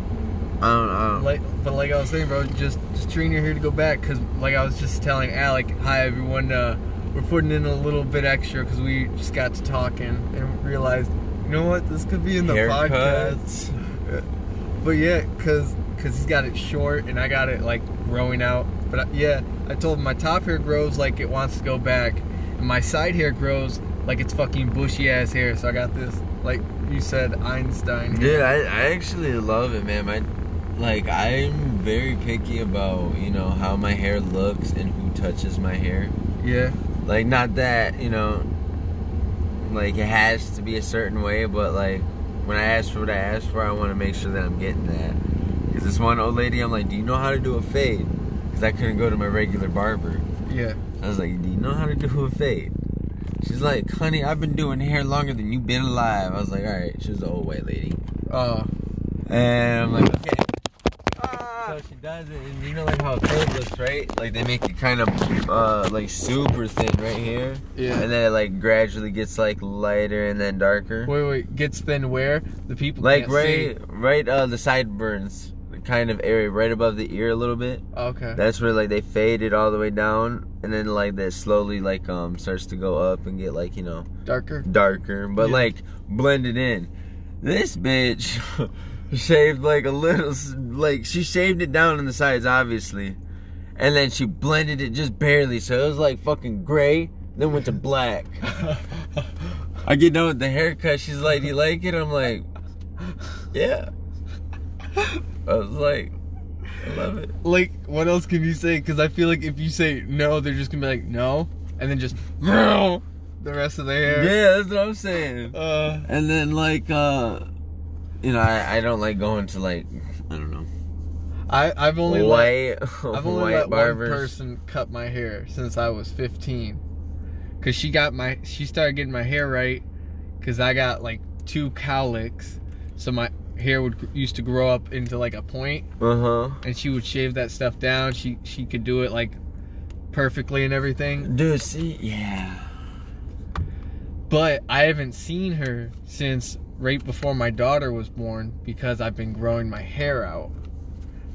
I don't. I don't.
Like, but like I was saying, bro, just just train your hair to go back, cause like I was just telling Alec, hi everyone, uh, we're putting in a little bit extra, cause we just got to talking and realized, you know what, this could be in the podcast.
Haircuts.
But yeah, cause cause he's got it short and I got it like growing out. But I, yeah, I told him my top hair grows like it wants to go back, and my side hair grows like it's fucking bushy ass hair. So I got this like you said Einstein. hair.
Dude, I, I actually love it, man. My like I'm very picky about, you know, how my hair looks and who touches my hair.
Yeah.
Like not that, you know, like it has to be a certain way, but like when I ask for what I ask for, I want to make sure that I'm getting that. Cuz this one old lady, I'm like, "Do you know how to do a fade?" Cuz I couldn't go to my regular barber.
Yeah.
I was like, "Do you know how to do a fade?" She's like, "Honey, I've been doing hair longer than you've been alive." I was like, "All right." She was an old white lady.
Uh.
And I'm like, okay. So she does it, and you know, like how a curve looks, right? Like they make it kind of uh, like super thin right here,
Yeah.
and then it like gradually gets like lighter and then darker.
Wait, wait. Gets thin where the people
Like
can't
right,
see.
right, uh, the sideburns kind of area, right above the ear a little bit.
Okay.
That's where like they fade it all the way down, and then like that slowly like um starts to go up and get like you know
Darker.
darker, but
Yeah.
like blended in. This bitch shaved like a little, s- like she shaved it down on the sides, obviously, and then she blended it just barely, so it was like fucking gray. Then went to black. I get done with the haircut. She's like, "Do you like it?" I'm like, "Yeah." I was like, "I love it."
like what else can you say because i feel like if you say no they're just gonna be like no and then just no the rest of the hair
Yeah, that's what I'm saying.
uh
And then like, uh you know, I, I don't like going to like, I don't know,
i i've only let,
white,
i've only
white
let
barbers.
one person cut my hair since i was 15 because she got my she started getting my hair right because i got like two cowlicks so my hair would used to grow up into like a point
Uh
and she would shave that stuff down she she could do it like perfectly and everything
huh. Dude, see, yeah.
But I haven't seen her since right before my daughter was born because I've been growing my hair out.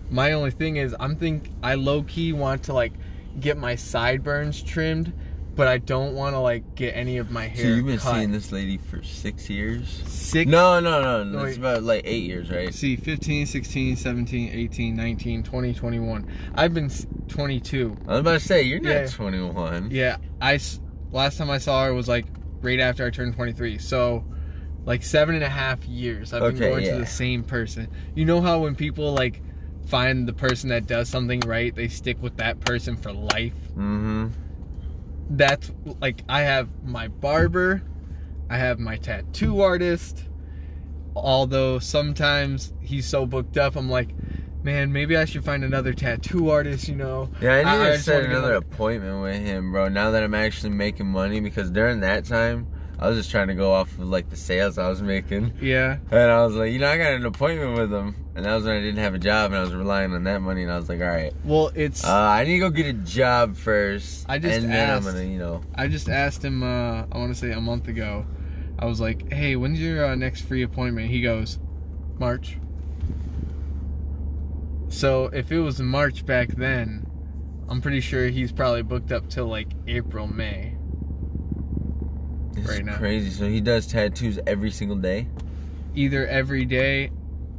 My only thing is I'm think I low key want to like get my sideburns trimmed, but I don't want to like get any of my hair.
so you've been
cut.
seeing this lady for six years?
six
No, no, no, no.
No, wait.
It's about like eight years, right?
see 15, 16, 17, 18, 19, 20, 21. I've been s- 22.
I was about to say you're not
Yeah.
21.
Yeah, I s- last time I saw her was like right after I turned 23. So, like seven and a half years, I've been
Okay,
going
yeah.
to the same person. You know how when people like find the person that does something right, they stick with that person for life.
Mm-hmm.
That's like I have my barber, I have my tattoo artist. Although sometimes he's so booked up, I'm like, man, maybe I should find another tattoo artist. You know?
Yeah, I need
I
to
just wanna
set
get
another
another-
appointment with him, bro. Now that I'm actually making money, because during that time, I was just trying to go off of like the sales I was making.
Yeah.
And I was like, you know, I got an appointment with him. And that was when I didn't have a job and I was relying on that money. And I was like, all right,
Well, it's.
uh, I need to go get a job first.
I just
And then I'm
asked.
going to, you know.
I just asked him. Uh, I want to say a month ago. I was like, "Hey, when's your uh, next free appointment?" He goes, "March." So if it was March back then, I'm pretty sure he's probably booked up till like April, May.
This
Right
is
now.
crazy. So he does tattoos every single day.
Either every day,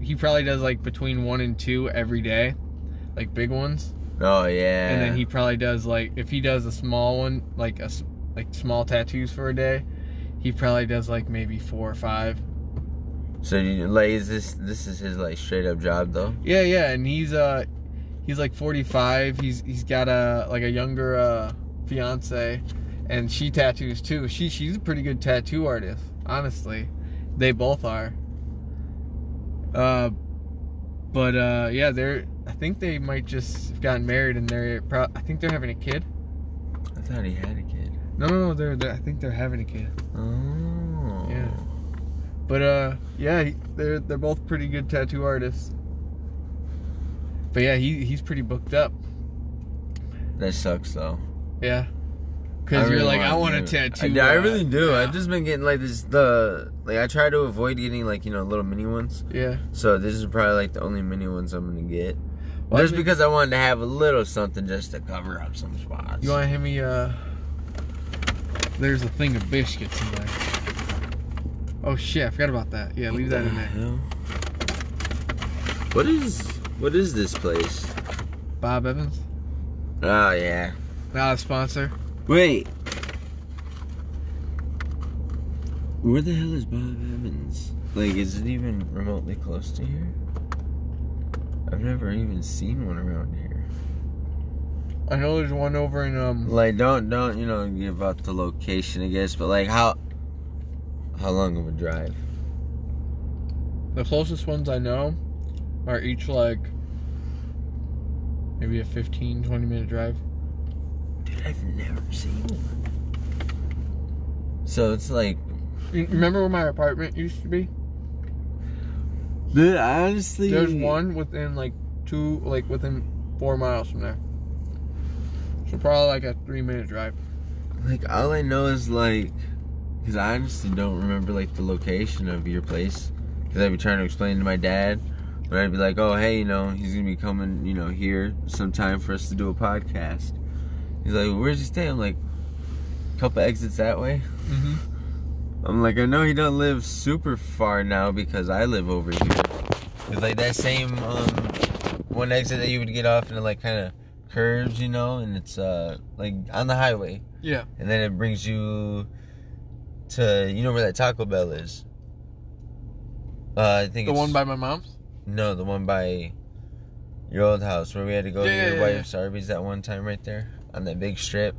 he probably does like between one and two every day, like big ones.
Oh, yeah.
And then he probably does like if he does a small one, like a s- like small tattoos for a day, he probably does like maybe four or five.
So, you, like, is this, this is his, like, straight up job, though?
Yeah, yeah, and he's uh he's like 45. He's he's got a like a younger uh fiance and she tattoos too. She she's a pretty good tattoo artist, honestly. They both are. Uh but uh yeah, they're I think they might just have gotten married and they're pro- I think they're having a kid.
I thought he had a kid.
No, no, no, they're, they're I think they're having a kid.
Oh.
Yeah. But uh, yeah, he- they're they're both pretty good tattoo artists. But yeah, he he's pretty booked up.
That sucks, though.
Yeah,
I
because
really
you're like, I
to
want a
do it.
tattoo.
I, I
uh,
really do.
Yeah.
I've just been getting, like, this, the, like, I try to avoid getting, like, you know, little mini ones.
yeah.
So this is probably like the only mini ones I'm gonna get.
Well, I
just
mean-
because I wanted to have a little something just to cover up some spots.
You want to hand me? Uh, there's a thing of biscuits in there. Oh shit, I forgot about that. Yeah, leave that in there.
What is what is this place?
Bob Evans,
Oh yeah.
not a sponsor.
Wait. Where the hell is Bob Evans? Like, is it even remotely close to here? I've never even seen one around here.
I know there's one over in um.
Like, don't don't you know give out the location, I guess. But like, how how long of a drive?
The closest ones I know are each like maybe a 15, 20 minute drive.
Dude, I've never seen one. So it's like,
You remember where my apartment used to be?
dude, I honestly,
There's one within like two, like within four miles from there. So probably like a three minute drive.
Like all I know is like, cause I honestly don't remember like the location of your place. Cause I'd be trying to explain to my dad, but I'd be like, oh hey, you know, he's gonna be coming, you know, here sometime for us to do a podcast. He's like, where's he stay? I'm like, couple exits that way.
Mm-hmm.
I'm like, I know he don't live super far now because I live over here. It's like that same um, one exit that you would get off and it like kind of curves, you know, and it's uh like on the highway
Yeah.
and then it brings you to you know where that Taco Bell is. Uh, I think
The
it's,
one by my mom's?
no the one by your old house where we had to go
Yeah, yeah,
to your
yeah, yeah.
wife's Arby's that one time right there on that big strip.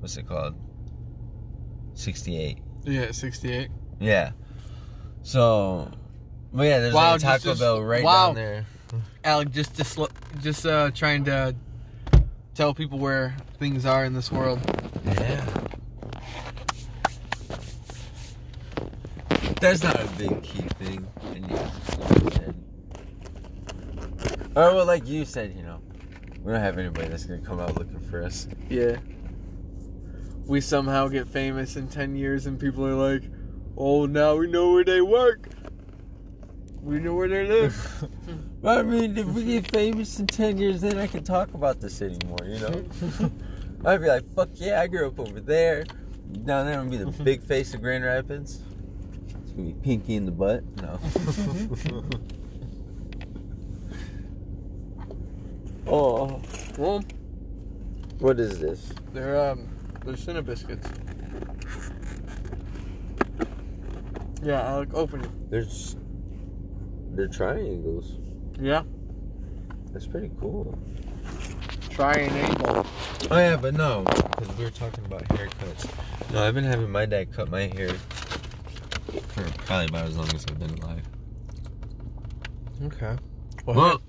What's it called? Sixty eight.
Yeah, 68.
Yeah. So, well, yeah, there's
Wow,
like a
just-
Taco Bell
just-
right
wow.
down there.
Alec, just just, just uh, trying to tell people where things are in this world.
Yeah. That's not a big key thing. I need to- Or Oh, well, like you said, you know, we don't have anybody that's gonna come out looking for us.
Yeah. We somehow get famous in 10 years and people are like, oh, now we know where they work. We know where they live.
Well, I mean, if we get famous in ten years, then I can talk about the city more. You know, I'd be like, fuck yeah, I grew up over there. Down there, I'm gonna be the big face of Grand Rapids. It's gonna be Pinky in the butt. No. oh.
well,
What is this?
they're, um, they're Cinnabiscuits. Yeah, Alec, open it.
There's they're triangles.
Yeah.
That's pretty cool.
Try and angle.
Oh yeah, but no, because we were talking about haircuts. No, I've been having my dad cut my hair for probably about as long as I've been alive.
Okay.
Well,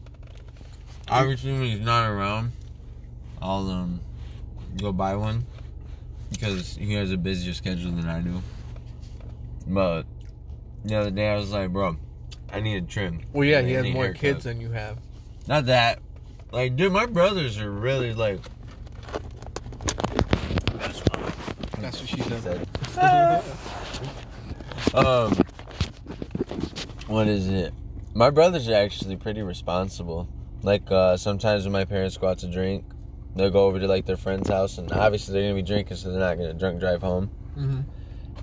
obviously when he's not around, I'll um go buy one because he has a busier schedule than I do. But the other day I was like, bro, I need a trim.
Well, yeah,
I
he has
need a
more
haircut."
kids than you have.
Not that. Like, dude, my brothers are really like.
That's what she said.
um, what is it? My brothers are actually pretty responsible. Like, uh, sometimes when my parents go out to drink, they'll go over to like their friend's house, and obviously they're gonna be drinking, so they're not gonna drunk drive home.
Mm-hmm.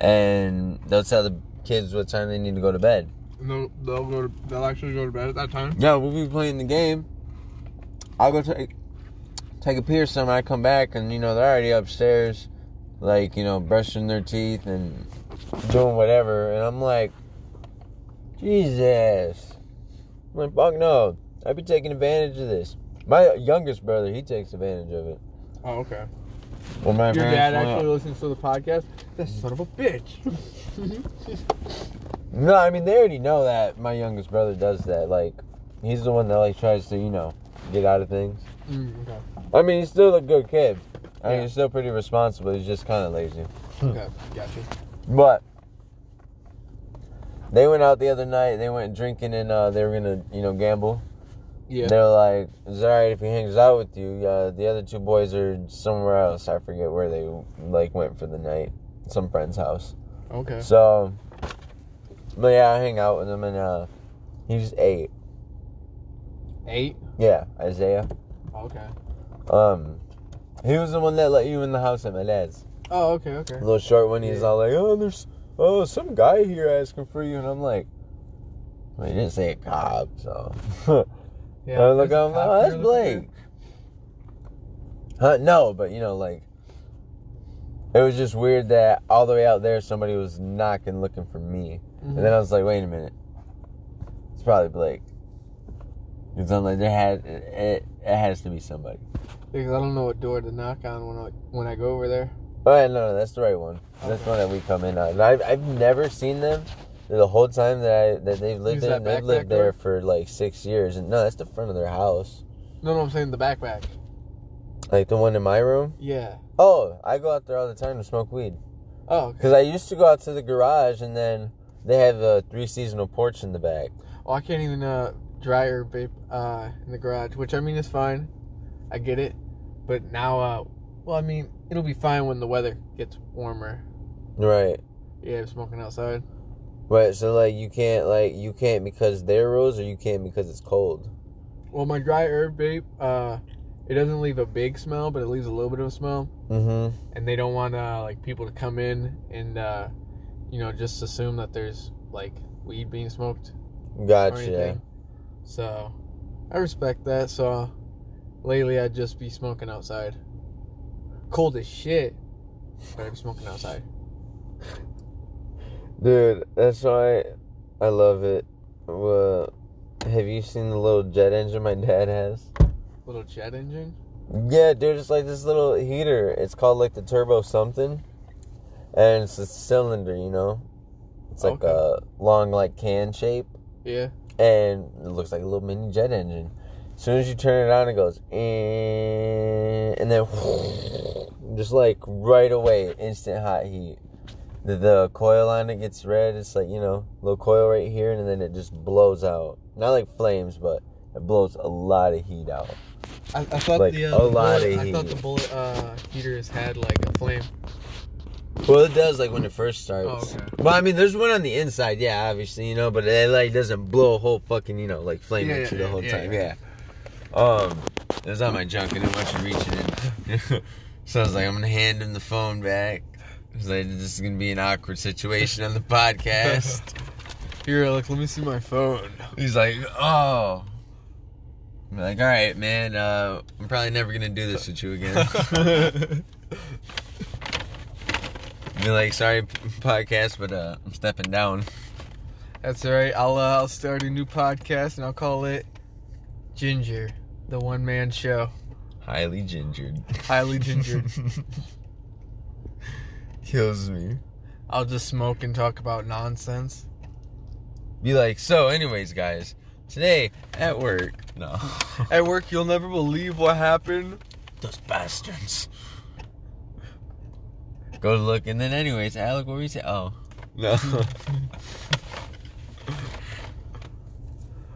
And they'll tell the kids what time they need to go to bed.
And they'll, they'll go to, they'll actually go to bed at that time.
Yeah, we'll be playing the game. I'll go take take a pee or something. I come back and you know they're already upstairs, like you know brushing their teeth and doing whatever. And I'm like, Jesus, I'm like fuck no. I'd be taking advantage of this. My youngest brother, he takes advantage of it.
Oh, okay.
Well, my
Your
parents
dad
went out-
actually listens to the podcast? That son of a bitch.
No, I mean they already know that my youngest brother does that. Like, he's the one that like tries to you know get out of things.
Mm, okay.
I mean, he's still a good kid. I mean,
Yeah.
he's still pretty responsible. He's just kind of lazy.
Okay. Gotcha.
But they went out the other night. They went drinking and uh, they were gonna, you know, gamble.
Yeah.
They're like, "It's all right if he hangs out with you." Uh, the other two boys are somewhere else. I forget where they like went for the night. Some friend's house.
Okay.
So, but yeah, I hang out with him and uh, he's eight.
Eight.
Yeah, Isaiah.
Okay.
Um, he was the one that let you in the house at my dad's.
Oh, okay, okay.
little short one. He's
Yeah.
all like, "Oh, there's oh some guy here asking for you," and I'm like, Well, you didn't say a cop, so.
Yeah.
I look
there's
up,
a cop
oh, that's
here looking
Blake. Huh, no, but you know, like, it was just weird that all the way out there somebody was knocking looking for me.
at- Mhm.
And then I was like, wait a minute. It's probably Blake. Because I'm like, there had, it, it has to be somebody.
Because I don't know what door to knock on when I when I go over there.
Oh, yeah, no, no, that's the right one. That's the one that we come in on. I've, I've never seen them the whole time that I, that they've lived
Use that
in. They've
backpack
lived
door?
there for like six years. And no, that's the front of their house.
No, no, I'm saying the backpack.
Like the one in my room.
Yeah.
Oh, I go out there all the time to smoke weed.
Oh, okay.
Because I used to go out to the garage and then they have a three seasonal porch in the back.
Oh, I can't even uh, dry or vape uh, in the garage, which I mean is fine. I get it, but now, uh, well, I mean it'll be fine when the weather gets warmer.
Right.
Yeah, I'm smoking outside.
Right, so like you can't like you can't because their rules or you can't because it's cold.
Well, my dry herb vape, uh, it doesn't leave a big smell, but it leaves a little bit of a smell,
Mm-hmm.
and they don't want uh, like people to come in and uh, you know just assume that there's like weed being smoked. or
Gotcha.
anything. So I respect that. So lately I'd just be smoking outside. Cold as shit, but I'd be smoking outside.
Dude, that's why I love it. Well, have you seen the little jet engine my dad has?
Little jet engine.
Yeah, dude, it's like this little heater. It's called like the turbo something. And it's a cylinder, you know? It's like
Okay.
a long like can shape.
Yeah.
and it looks like a little mini jet engine. As soon as you turn it on, it goes, "Eh," and then just like right away, instant hot heat. The, the coil on it gets red. It's like you know, little coil right here, and then it just blows out. Not like flames, but it blows a lot of heat out.
I, I thought
Like,
the,
a
uh, the
lot
bullet,
of
I thought the
heat.
bullet uh, heaters had like a flame.
Well, it does like when it first starts.
Oh, okay.
Well, I mean, there's one on the inside, yeah, obviously, you know, but it like doesn't blow a whole fucking, you know, like flame
Yeah,
at you
yeah,
the whole
yeah,
time, yeah. Um, it was on my junk, I didn't want you reaching in. so I was like, I'm gonna hand him the phone back. I was like, this is gonna be an awkward situation on the podcast.
Here, look. Let me see my phone.
He's like, oh. I'm like, all right, man, uh, I'm probably never gonna do this with you again. Be like, sorry, p- podcast, but uh, I'm stepping down.
That's all right. I'll uh, I'll start a new podcast and I'll call it Ginger, the one man show.
Highly gingered.
Highly gingered.
Kills me.
I'll just smoke and talk about nonsense.
Be like, so, anyways, guys, today at work. No.
At work, you'll never believe what happened.
Those bastards. Go to look, and then, anyways, Alec, what were you saying? Oh. No.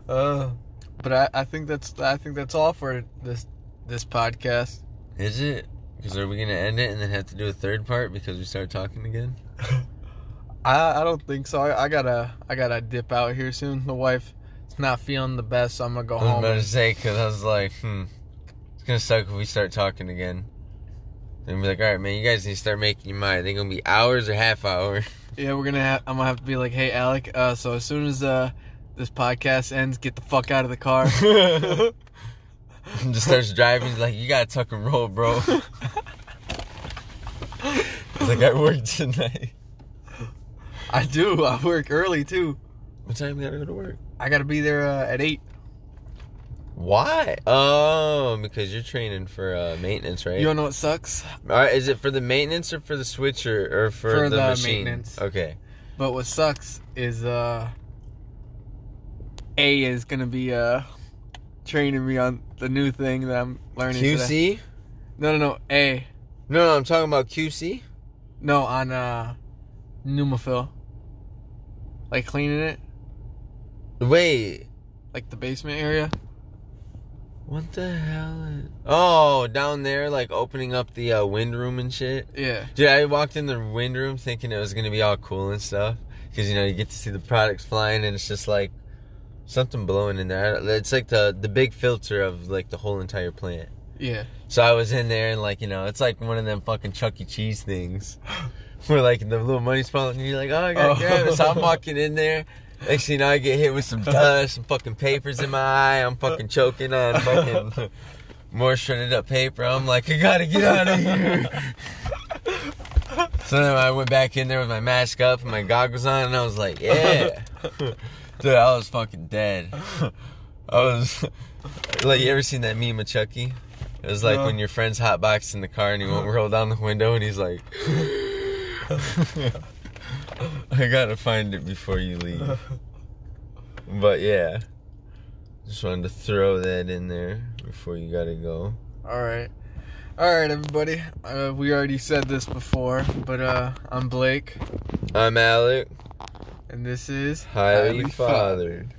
Uh, but I, I think that's I think that's all for this this podcast.
Is it? Because are we going to end it and then have to do a third part because we start talking again?
I, I don't think so. I, I gotta I gotta dip out here soon. My wife's not feeling the best, so I'm gonna go
I was
home.
about to say, because I was like, hmm, it's going to suck if we start talking again. Then be like, all right, man, you guys need to start making your mind. They're going to be hours or half hour.
Yeah, we're gonna have, I'm gonna have to be like, hey Alec. Uh, so as soon as uh this podcast ends, get the fuck out of the car.
just starts driving. He's like, you gotta tuck and roll, bro. He's like, I work tonight.
I do. I work early too.
What time you gotta go to work?
I gotta be there uh, at eight.
Why? Oh, because you're training for uh, maintenance, right?
You wanna know what sucks?
All right, is it for the maintenance or for the switcher or for,
For
the,
the
machine?
maintenance.
Okay.
But what sucks is uh A is gonna be uh training me on the new thing that I'm learning. today.
QC?
No no no A.
No, no, I'm talking about QC.
No on uh pneumophil. Like cleaning it,
Wait,
like the basement area.
what the hell? Is... Oh, down there, like opening up the uh, wind room and shit.
Yeah.
Dude, I walked in the wind room thinking it was gonna be all cool and stuff, because you know you get to see the products flying, and it's just like something blowing in there. It's like the the big filter of like the whole entire plant.
Yeah.
So I was in there, and like you know, it's like one of them fucking Chuck E. Cheese things, where like the little money's falling, and you're like, oh, I gotta
Oh.
grab it. So I'm walking in there, Next thing you know, I get hit with some dust, some fucking papers in my eye. I'm fucking choking on fucking more shredded up paper. I'm like, I gotta get out of here. so then I went back in there with my mask up and my goggles on, and I was like, yeah. Dude, I was fucking dead. I was like, you ever seen that meme of Chucky? It was like
No.
when your friend's hotboxed in the car and he won't roll down the window, and he's like, I gotta find it before you leave. But yeah, just wanted to throw that in there before you gotta go.
All right. All right, everybody. Uh, we already said this before, but uh, I'm Blake,
I'm Alec,
and this is
highly
Highly
fathered.